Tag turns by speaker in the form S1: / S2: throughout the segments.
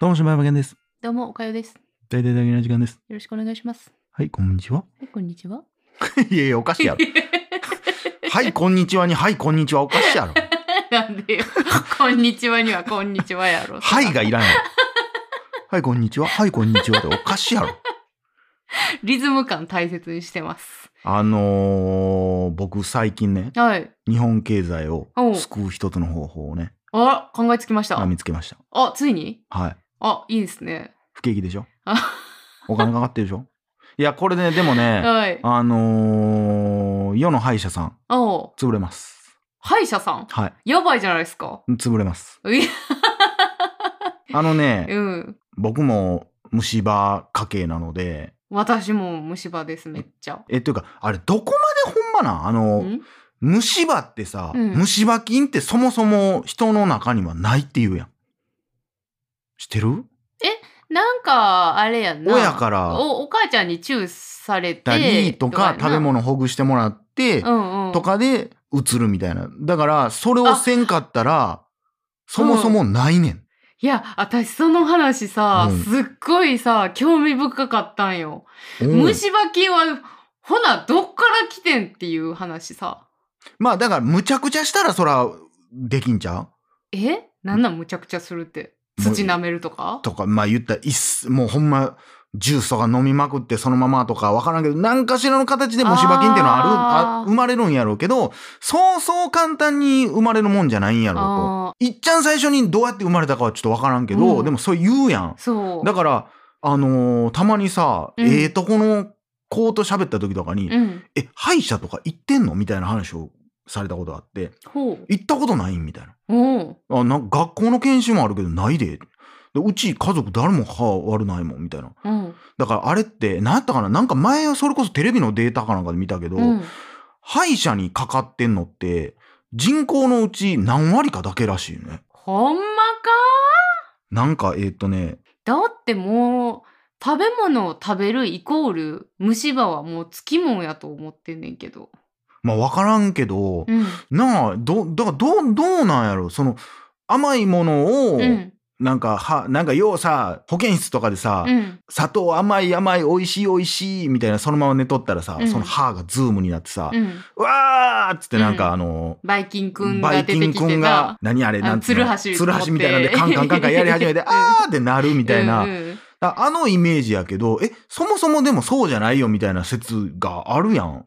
S1: どうも、しばやまげんです。
S2: どうも、おかよです。よ
S1: 大体だけの時間です。
S2: ろしくお願いします。
S1: はい、こんにちは。
S2: はい、こんにちは。
S1: いやいや、おかしいや ろ。はい、こんにちはに、はい、こんにちは、おかしいやろ。
S2: なん でよ。こんにちはには、こんにちはやろ。
S1: はいがいらんやろ。はい、こんにちは、はい、こんにちはでおかしいやろ。
S2: リズム感大切にしてます。
S1: あのー、僕、最近ね、
S2: はい。
S1: 日本経済を
S2: おう
S1: 救う一つの方法をね、
S2: あ、考えつきまし
S1: まあ
S2: た。
S1: 見つけました。
S2: あ、ついに
S1: はい。
S2: あ、いいですね。
S1: 不景気でしょ
S2: あ
S1: お金かかってるでしょいや、これね、でもね、
S2: はい。
S1: あのー、世の歯医者さん、
S2: おう
S1: 潰れます。
S2: 歯医者さん。
S1: はい。
S2: やばいじゃないですか。
S1: 潰れます。
S2: うい
S1: あのね、
S2: うん。
S1: 僕も虫歯家系なので、
S2: 私も虫歯です、めっちゃ。
S1: え、というか、あれ、どこまでほんまなんあの、
S2: ん
S1: 虫歯ってさ、
S2: うん
S1: 虫歯菌ってそもそも人の中にはないって言うやん。知ってる
S2: なんか、あれやんな。
S1: 親から
S2: お、お母ちゃんにチューされ
S1: だ
S2: て。
S1: りとか、
S2: やな
S1: 食べ。物ほぐしてもらって、
S2: うんうん。
S1: と。かで移るみたいな。だから、それをせんかったら、そもそもないねん。
S2: いや、私その話さ、
S1: うん
S2: すっごいさ、興味深かったんよ。
S1: うん
S2: 虫歯菌は、ほな、どっから来てんっていう話さ。
S1: まあ、だから、むちゃくちゃしたら、そら、できんちゃう
S2: えなんなんむちゃくちゃするって。土舐めるとか
S1: とか、まあ言ったら、いっすもうほんま、ジュースとか飲みまくってそのままとかわからんけど、何かしらの形で虫歯菌っていうのはある、あ
S2: あー
S1: 生まれるんやろうけど、そうそう簡単に生まれるもんじゃないんやろうと。
S2: ああ、
S1: いっちゃん最初にどうやって生まれたかはちょっとわからんけど、
S2: うん
S1: でもそう言うやん。
S2: そう。
S1: だから、あのーたまにさ、
S2: うん
S1: ええとこの子と喋った時とかに、
S2: うん。
S1: え、歯医者とか行ってんのみたいな話をされたことがあって、
S2: ほう。
S1: 行ったことないみたいな。
S2: おう
S1: あなんか学校の研修もあるけどないで。でうち家族誰も歯悪ないもんみたいな。
S2: うん。
S1: だからあれって何やったかななんか前それこそテレビのデータかなんかで見たけど、
S2: うん。
S1: 歯医者にかかってんのって人口のうち何割かだけらしいよね。
S2: ほんまか
S1: なんかえーっとね、
S2: だってもう、食べ物を食べるイコール、虫歯はもうつきもんやと思ってんねんけど。
S1: まあ分からんけど、
S2: うん。
S1: なあ、ど、だからどう、どうなんやろその甘いものを、
S2: うん。
S1: なんか歯、なんかようさ、保健室とかでさ、
S2: うん。
S1: 砂糖甘い甘い美味しい美味しいみたいなそのまま寝とったらさ、
S2: うん
S1: その歯がズームになってさ、
S2: うん。
S1: うわーっつってなんか
S2: うん
S1: あの、
S2: バイキンくん
S1: バ
S2: が
S1: イ
S2: 出
S1: キ
S2: て
S1: ン
S2: き
S1: くん
S2: て
S1: が
S2: た。、
S1: 何あれ、
S2: あ
S1: なんつうの
S2: ツルハシ
S1: ツルハシみたいなんで
S2: 持って
S1: カンカンカンカンやり始めて、
S2: うん
S1: あーってなるみたいな、
S2: うんうん
S1: ああのイメージやけど、え、そもそもでもそうじゃないよみたいな説があるやん。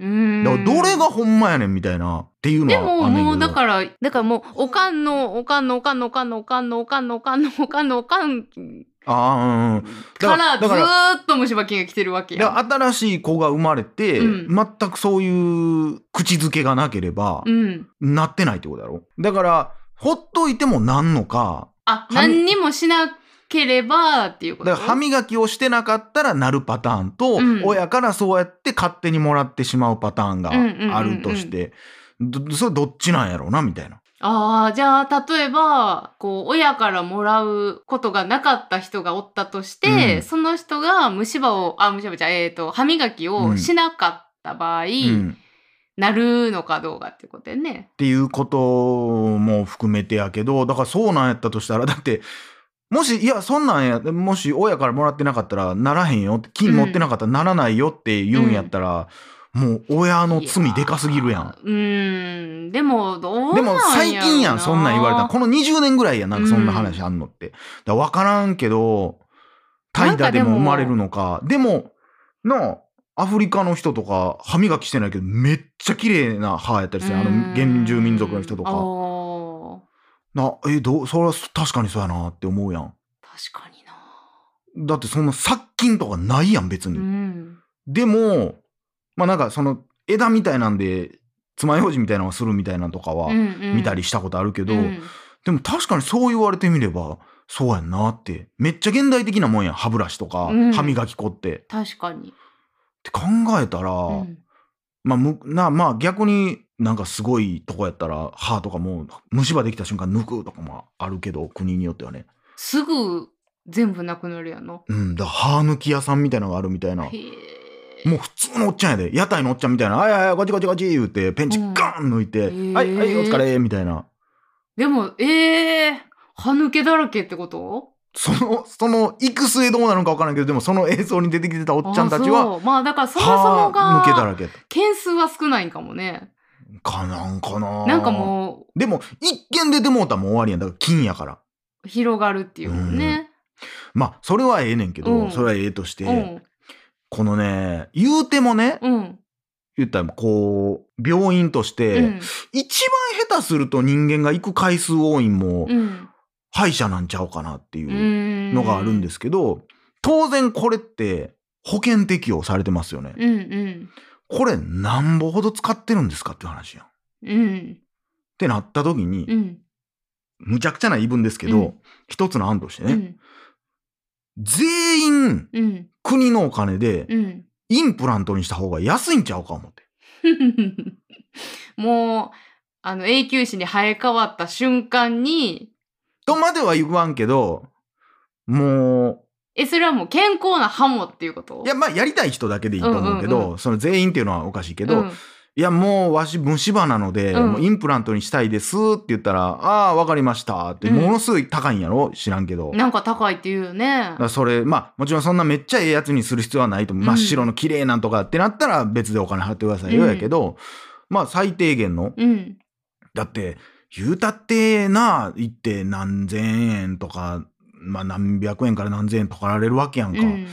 S2: うーん
S1: だからどれがほんまやねんみたいなっていうの
S2: で
S1: は
S2: も
S1: あんねんけど。
S2: もうだからだからもうおかんのおかんのおかんのおかんのおかんのおかんのおかんのおかんのおかん
S1: あーうんうん。
S2: か
S1: だから
S2: らず
S1: だから
S2: ーっと虫歯菌が来てるわけ
S1: だ
S2: や。
S1: から新しい子が生まれて、
S2: うん
S1: 全くそういう口づけがなければ、
S2: うん。
S1: なってないってことだろだから、ほっといてもなんのか、
S2: あ
S1: 歯み
S2: 何にもしなければっていうこ
S1: だ
S2: と。
S1: から歯磨きをしてなかったらなるパターンと、
S2: うん
S1: 親からそうやって勝手にもらってしまうパターンが
S2: うんうんうんうん
S1: あるとして、どそれどっちなんやろうなみたいな。
S2: ああじゃあ例えばこう親からもらうことがなかった人がおったとして、
S1: うん
S2: その人が虫歯をあ虫歯じゃえっ、と歯磨きをしなかった場合、
S1: うん、っ
S2: なるのかどうかっていうことやね。
S1: ていうことも含めてやけど、だからそうなんやったとしたら、だって、もし、いや、そんなんや、もし親からもらってなかったらならへんよって、金持ってなかったらならないよって言うんやったら、もう親の罪でかすぎるやん。
S2: うーんでもどうなんや
S1: で
S2: ろな
S1: も最近やん、そんなん言われたのこの20年ぐらいやん、なんかそんな話あんのって。だから分からんけど、怠惰でも生まれるのか。でも、なあ、アフリカの人とか歯磨きしてないけど、めっちゃ綺麗な歯やったりする。あの
S2: うーん、
S1: 原住民族の人とか。
S2: あー
S1: な、え、どう、それは確かにそうやなって思うやん。
S2: 確かにな
S1: だってそんな殺菌とかないやん、別に。
S2: うん
S1: でも、まあなんかその枝みたいなんで、爪楊枝みたいなのをするみたいなのとかは、見たりしたことあるけど、
S2: うん
S1: でも確かにそう言われてみれば、そうやんなって。めっちゃ現代的なもんやん。歯ブラシとか、
S2: うん
S1: 歯磨き粉って。っ
S2: 確かに、
S1: て考えたら、
S2: うん
S1: まあ、むなまあ逆になんかすごいとこやったら、歯とかも虫歯できた瞬間抜くとかもあるけど、国によってはね。
S2: すぐ全部なくなるやな
S1: うん、だから歯抜き屋さんみたいなのがあるみたいな。
S2: へえ
S1: もう普通のおっちゃんやで。屋台のおっちゃんみたいな、あいあいあい、こっちこっちこっち言うて、ペンチ
S2: うん
S1: ガーン抜いて、
S2: ー
S1: はい、はい、お疲れ、みたいな。
S2: でもええ歯抜けだらけってこと
S1: その、その、いく末どうなるのか分からんけど、でもその映像に出てきてたおっちゃんたちは、
S2: そうまあだからそもそも
S1: 歯抜けだ
S2: が
S1: らけやっ
S2: 件数は少ないんかもね
S1: た。かなんかな
S2: な
S1: なん
S2: かも
S1: う。でも、一見出てもうたらもう終わりやん。だから金やから。
S2: う広がるっていうもんね、
S1: まあ、それはええねんけど、
S2: うん
S1: それはええとして、
S2: うん
S1: このね、言うてもね、
S2: うん
S1: 言ったらこう、病院とし
S2: う
S1: て、
S2: ん
S1: 一番下手すると人間が行く回数多いんも、
S2: うん
S1: 歯医者なんちゃうかなって
S2: う
S1: いうんのがあるんですすけど、当然これって保険適用されてますよね。
S2: うんうん
S1: これなんぼほど使ってるんですかっていう話やん。っ
S2: うん
S1: てなった時に、
S2: うん
S1: むちゃくちゃな言い分ですけど、
S2: うん
S1: 一つの案として
S2: う
S1: ね、
S2: ん
S1: 全員
S2: うん
S1: 国のお金で
S2: うん
S1: インプラントにした方が安いんちゃうか思って。
S2: もうあの永久歯に生え変わった瞬間に
S1: とまでは言わんけど、も
S2: えそれはもう健康な歯もっていうこと
S1: う、いや、まあやりたい人だけでいいと思うけど、
S2: うんうん
S1: その全員っていうのはおかしいけど、
S2: うん
S1: いや、もうわし虫歯なので、
S2: うん
S1: もうインプラントにしたいですって言ったら、ああ、わかりましたって、
S2: うん
S1: ものすごい高いんやろ知らんけど。だ
S2: なんか高いって言うよね
S1: からそれ、まあ、もちろんそんなめっちゃええやつにする必要はないと思う。
S2: うん
S1: 真っ白の綺麗なんとかってなったら別でお金払ってくださいよ
S2: うん
S1: やけど、まあ最低限の。
S2: うん
S1: だって、言うたってな、行って何千円とか、まあ何百円から何千円とかられるわけやんか。
S2: うん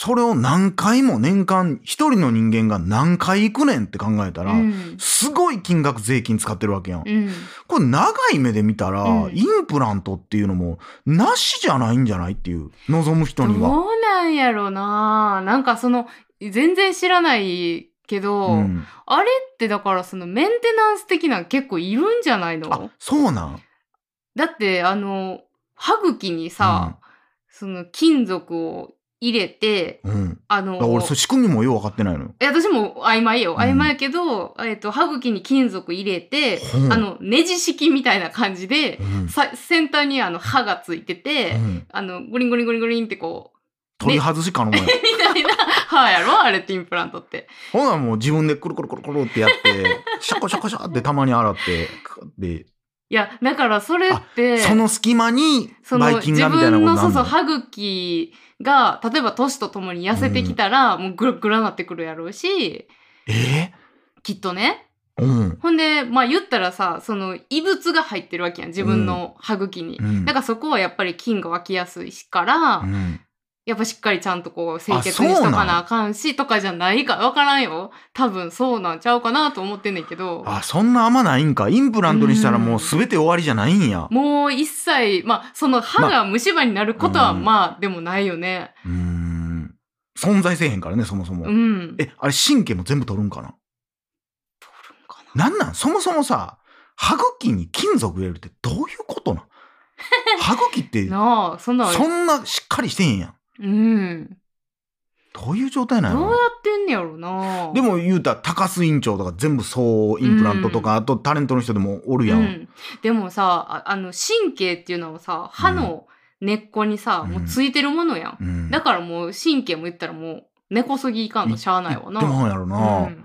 S1: それを何回も年間、一人の人間が何回行くねんって考えたら、
S2: うん
S1: すごい金額税金使ってるわけやん。
S2: うん
S1: これ長い目で見たら、
S2: うん
S1: インプラントっていうのもなしじゃないんじゃないっていう望む人には。
S2: どうなんやろななんかその全然知らないけど、
S1: うん、
S2: あれってだからそのメンテナンス的なん結構いるんじゃない
S1: あ
S2: の
S1: そうなん
S2: だってあの歯茎にさ、その金属を入れて
S1: うん、だか
S2: あの
S1: ら俺それ仕組みもよう分かってないのよ。
S2: え私も曖昧
S1: う
S2: よ
S1: ん
S2: 曖昧やけど、えっと歯茎に金属入れて、
S1: ほう
S2: あのネジ式みたいな感じで
S1: う、ん
S2: さ先端にあの歯がついてて、
S1: うん
S2: あのグリングリングリングリンってこう
S1: 取り外し可能や。
S2: みたいな歯やろあれってインプラントって。
S1: ほなもう自分でくるくるくるくるってやって シャコシャコシャってたまに洗ってクッ
S2: いやだからそれって
S1: でその隙間に
S2: その
S1: ばい
S2: 自
S1: 菌がみたいな
S2: 分
S1: こと
S2: の
S1: にな
S2: そ
S1: る
S2: うそう
S1: の
S2: 歯茎が例えば年とともに痩せてきたら、もうグラグラなってくるやろうし
S1: え
S2: きっとね
S1: うん
S2: ほんでまあ言ったらさその異物が入ってるわけやん自分の歯茎に、
S1: うん
S2: だからそこはやっぱり菌が湧きやすいしから、
S1: うん
S2: やっぱしっかりちゃんとこう清
S1: あ
S2: 潔
S1: そう
S2: に
S1: なん
S2: しとかなあかんしとかじゃないかわからんよ多分そうなんちゃうかなと思ってんねんけど
S1: あそんな甘ないんかインプラントにしたらもう全て終わりじゃないんや。
S2: もう一切まあその歯が虫歯になることは
S1: うん
S2: まあでもないよね
S1: うーん存在せえへんからねそもそも、
S2: うん
S1: えあれ神経も全部取るんかな
S2: 取るんかな
S1: なんなんそもそもさ歯茎に金属入れるってどういうこと なん歯茎って
S2: なあそんな
S1: そんなしっかりしてへんやん
S2: うん
S1: どういう状態なんや
S2: どうや
S1: ろ
S2: ってんねやろな
S1: でも言うたら高須院長とか全部そうインプラントとか、あとタレントの人でもおるやん、
S2: うん、でもさああの神経っていうのはさ歯の根っこにさ、
S1: うん
S2: もうついてるものやん、
S1: うん
S2: だからもう神経も言ったらもう根こそぎいかんのしゃあないわな
S1: でもやろな、
S2: うん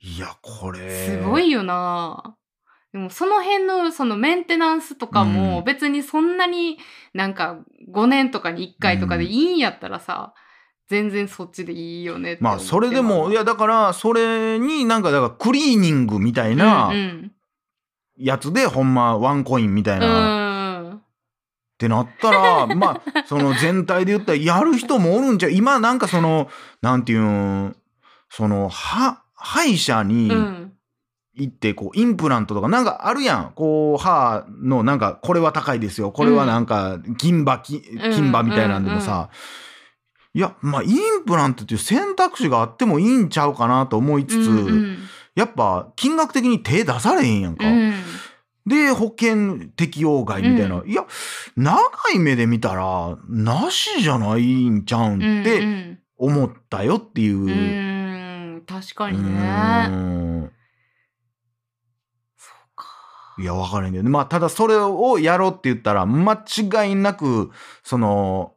S1: いやこれ
S2: すごいよなでもその辺のそのメンテナンスとか
S1: う
S2: も
S1: ん
S2: 別にそんなになんか5年とかに1回とかでいいんやったらさ、全然そっちでいいよねって思
S1: ま
S2: っ
S1: あ
S2: て
S1: それでもいやだからそれになんかだからクリーニングみたいな
S2: うんうん
S1: やつでほんまワンコインみたいな
S2: うん
S1: ってなったら まあその全体で言ったらやる人もおるんちゃう今なんかそのなんていうんその歯歯医者に
S2: うん
S1: 行ってこうインプラントとかなんかあるやんこう歯のなんかこれは高いですよこれはなんか銀歯き金歯みたいなんでもさ、いやまあインプラントっていう選択肢があってもいいんちゃうかなと思いつつ、
S2: うんうん
S1: やっぱ金額的に手出されへんやんか。
S2: うん
S1: で、保険適用外みたいな。
S2: う
S1: いや、長い目で見たら、なしじゃないんちゃうんっ
S2: う
S1: て
S2: ん
S1: 思ったよっていう。
S2: うん、う
S1: うん
S2: 確かにね
S1: ん
S2: そうか
S1: いや、わからへんけど。まあ、ただそれをやろうって言ったら、間違いなく、その、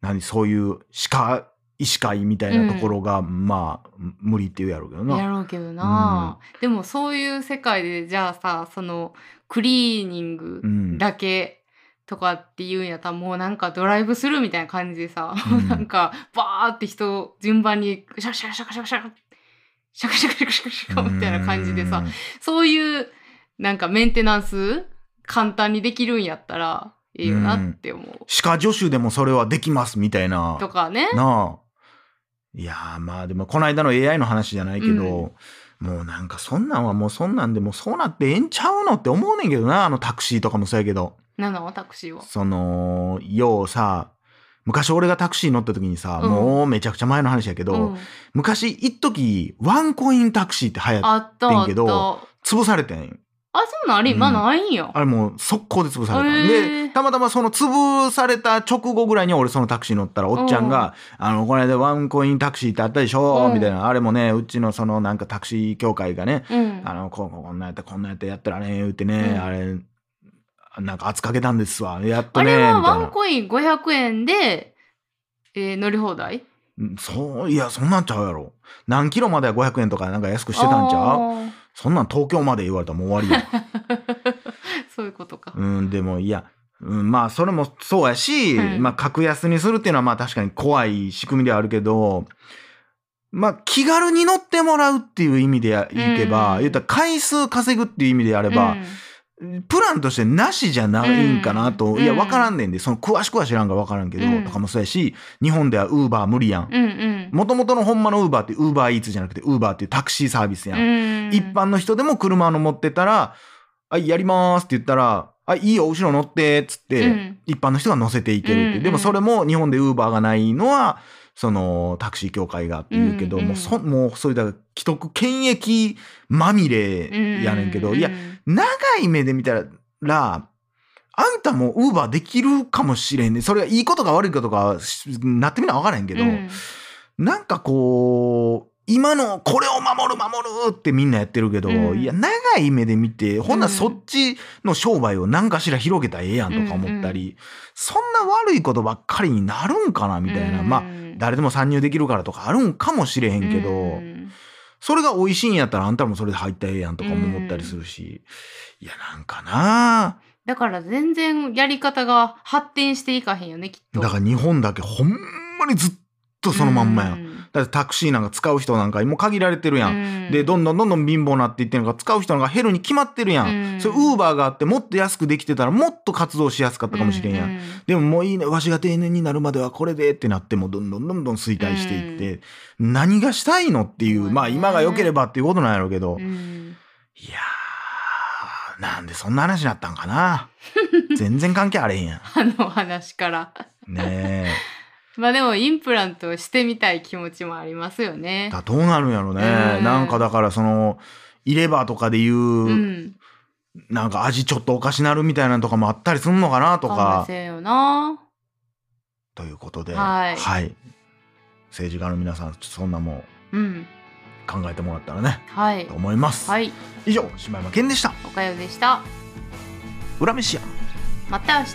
S1: 何、そういう歯科、医師会みたいなところが、まあ、無理って言うやろうけど
S2: や
S1: な。
S2: ろうけどな、でもそういう世界でじゃあさそのクリーニング
S1: うん。
S2: だけとかっていうんやったらもうなんかドライブスルーみたいな感じでさ、
S1: うん
S2: なんかバーって人順番にシャシャシャカシャカシャカシャカシャカシャカシャカシャカみたいな感じでさ、そういうなんかメンテナンス簡単にできるんやったらいいよなって思う。
S1: 歯科助手でもそれはできますみたいな
S2: とかね。
S1: なあいやーまあでもこの間の AI の話じゃないけど、もうなんかそんなんはもうそんなんでもうそうなってええんちゃうのって思うねんけどなあのタクシーとかもそうやけど
S2: なの私は。
S1: そのようさ昔俺がタクシー乗った時にさ、
S2: うん
S1: もうめちゃくちゃ前の話やけど、
S2: うん、
S1: 昔一時ワンコインタクシーって流行っ
S2: あったあ
S1: って
S2: っ
S1: んけど
S2: た。
S1: 潰されてん
S2: あ、そうなんあれ今
S1: うん
S2: ないんや。
S1: あれもう速攻で潰された、
S2: へ
S1: で
S2: ー
S1: たまたまその潰された直後ぐらいに俺そのタクシー乗ったらおっちゃんが「あのこの間ワンコインタクシーってあったでしょ」
S2: うん
S1: みたいなあれもねうちのそのなんかタクシー協会がね
S2: うん。
S1: あのこうこうこんなやってこんなやってやったらね言うてね、
S2: うん
S1: あれなんか圧かけたんですわやっと
S2: あ
S1: ね
S2: れ
S1: みたい
S2: はワン
S1: な
S2: コイン500円で、えー乗り放題
S1: うんそういやそんなんちゃうやろ何キロまでは500円とかなんか安くしてたんちゃう
S2: う
S1: そんなん東京まで言われたらもう終わりや
S2: そういうことか。
S1: うん、でもいや、うん、まあそれもそうやし、
S2: うん
S1: まあ格安にするっていうのはまあ確かに怖い仕組みではあるけど、まあ気軽に乗ってもらうっていう意味でやいけば、
S2: うん
S1: 言ったら回数稼ぐっていう意味であれば、プランとしてなしじゃないんかなと、
S2: うん
S1: いや
S2: うん
S1: 分からんねんでその詳しくは知らんから分からんけど、
S2: うん
S1: とかもそうやし日本ではウーバー無理やん。
S2: うん、うん
S1: もともとのほんまのウーバーってウーバーイーツじゃなくてウーバーっていうタクシーサービス
S2: う
S1: やん。
S2: ん。
S1: 一般の人でも車の持ってたら「あやります」って言ったら「あいいよ後ろ乗って」っつって、
S2: うん
S1: 一般の人が乗せていけるっていう、
S2: うんうん
S1: でもそれも日本でウーバーがないのはそのタクシー協会がっていうけど、
S2: うんうん
S1: もうそもうそういった既得権益まみれやねんけど、
S2: う
S1: いや
S2: うん
S1: 長い目で見たらあんたもウーバーできるかもしれんねそれがいいことか悪いことかしなってみな分からへんけど、
S2: うん
S1: なんかこう、今のこれを守る守るってみんなやってるけど、
S2: うん
S1: いや、長い目で見て、ほんなら
S2: うん
S1: そっちの商売を何かしら広げたらええやんとか思ったり、そんな悪いことばっかりになるんかなみたいな、
S2: うん
S1: まあ、誰でも参入できるからとかあるんかもしれへんけど、
S2: うん
S1: それが美味しいんやったらあんたもそれで入ったらええやんとかも思ったりするし、いや、なんかな
S2: だから全然やり方が発展していかへんよねきっと
S1: だから日本だけほんまにずっとそのまんまやん。
S2: ん
S1: だってタクシーなんか使う人なんかもう限られてるやん。
S2: うん
S1: でどんどんどんどん貧乏になっていってるのから使う人の方が減るに決まってるやん、
S2: うん
S1: それウーバーがあってもっと安くできてたらもっと活動しやすかったかもしれんやん、
S2: うう
S1: でももういいねわしが定年になるまではこれでってなってもどんどんどんどん衰退していって、何がしたいのっていう、
S2: そうね
S1: まあ今が良ければっていうことなんやろうけど、
S2: う
S1: い
S2: ん
S1: やーなんでそんな話になったんか な全然関係あれへんや
S2: あの話から
S1: ん ね
S2: まあでもインプラントしてみたい気持ちもありますよ
S1: え
S2: ね
S1: だどうなるんやろね、
S2: うん
S1: なんかだからその入れ歯とかでいう、
S2: うん
S1: なんか味ちょっとおかしなるみたいなのとかもあったりすんのかなと
S2: かも
S1: か
S2: し。れんよな
S1: ということで、
S2: はい
S1: 政治家の皆さん、ちょっとそんなもん
S2: うん
S1: 考えてもらったらね、
S2: はい
S1: と思います。
S2: はい
S1: 以上、島山健でした。
S2: おかよでした
S1: 裏飯屋。
S2: また明日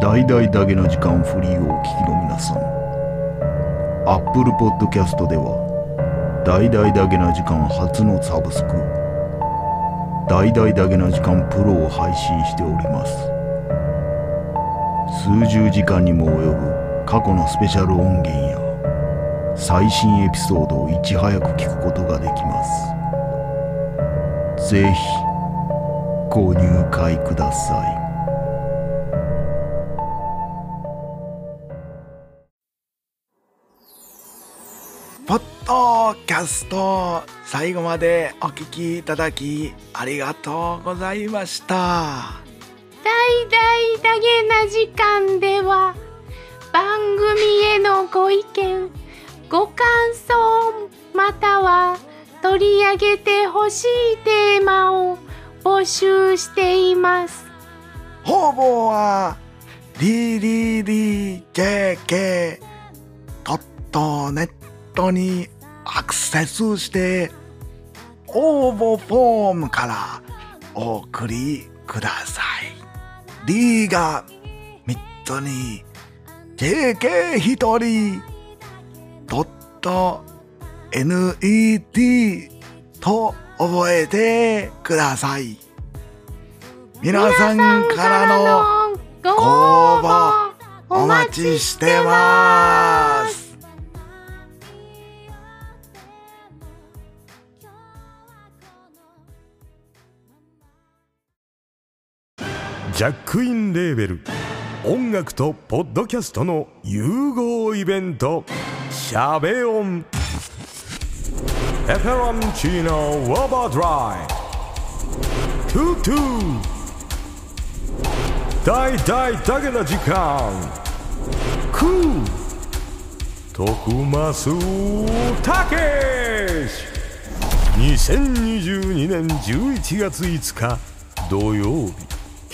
S1: 大々だけの時間フリーをお聞きの皆さん。Apple Podcast では、大々だけな時間初のサブスク、大々だけな時間プロを配信しております。数十時間にも及ぶ過去のスペシャル音源や、最新エピソードをいち早く聞くことができます。ぜひ、ご入会ください。ポッドキャャスト最後までお聞きいただきありがとうございました
S2: 大々だげな時間では番組へのご意見ご感想または取り上げてほしいテーマを募集しています
S1: 方々は DDDJK ドットネットにアクセスして応募フォームからお送りください D が3つに JK1 人ドット NET と覚えてください皆さんからの
S2: ご
S1: 応募
S2: 応募
S1: お待ちしてます
S3: ジャックインレーベル音楽とポッドキャストの融合イベント「シャベオン」「エフェロンチーノウォーバードライ」「トゥトゥ」「大大だけな時間」「クー」「徳マスたけし」2022年11月5日土曜日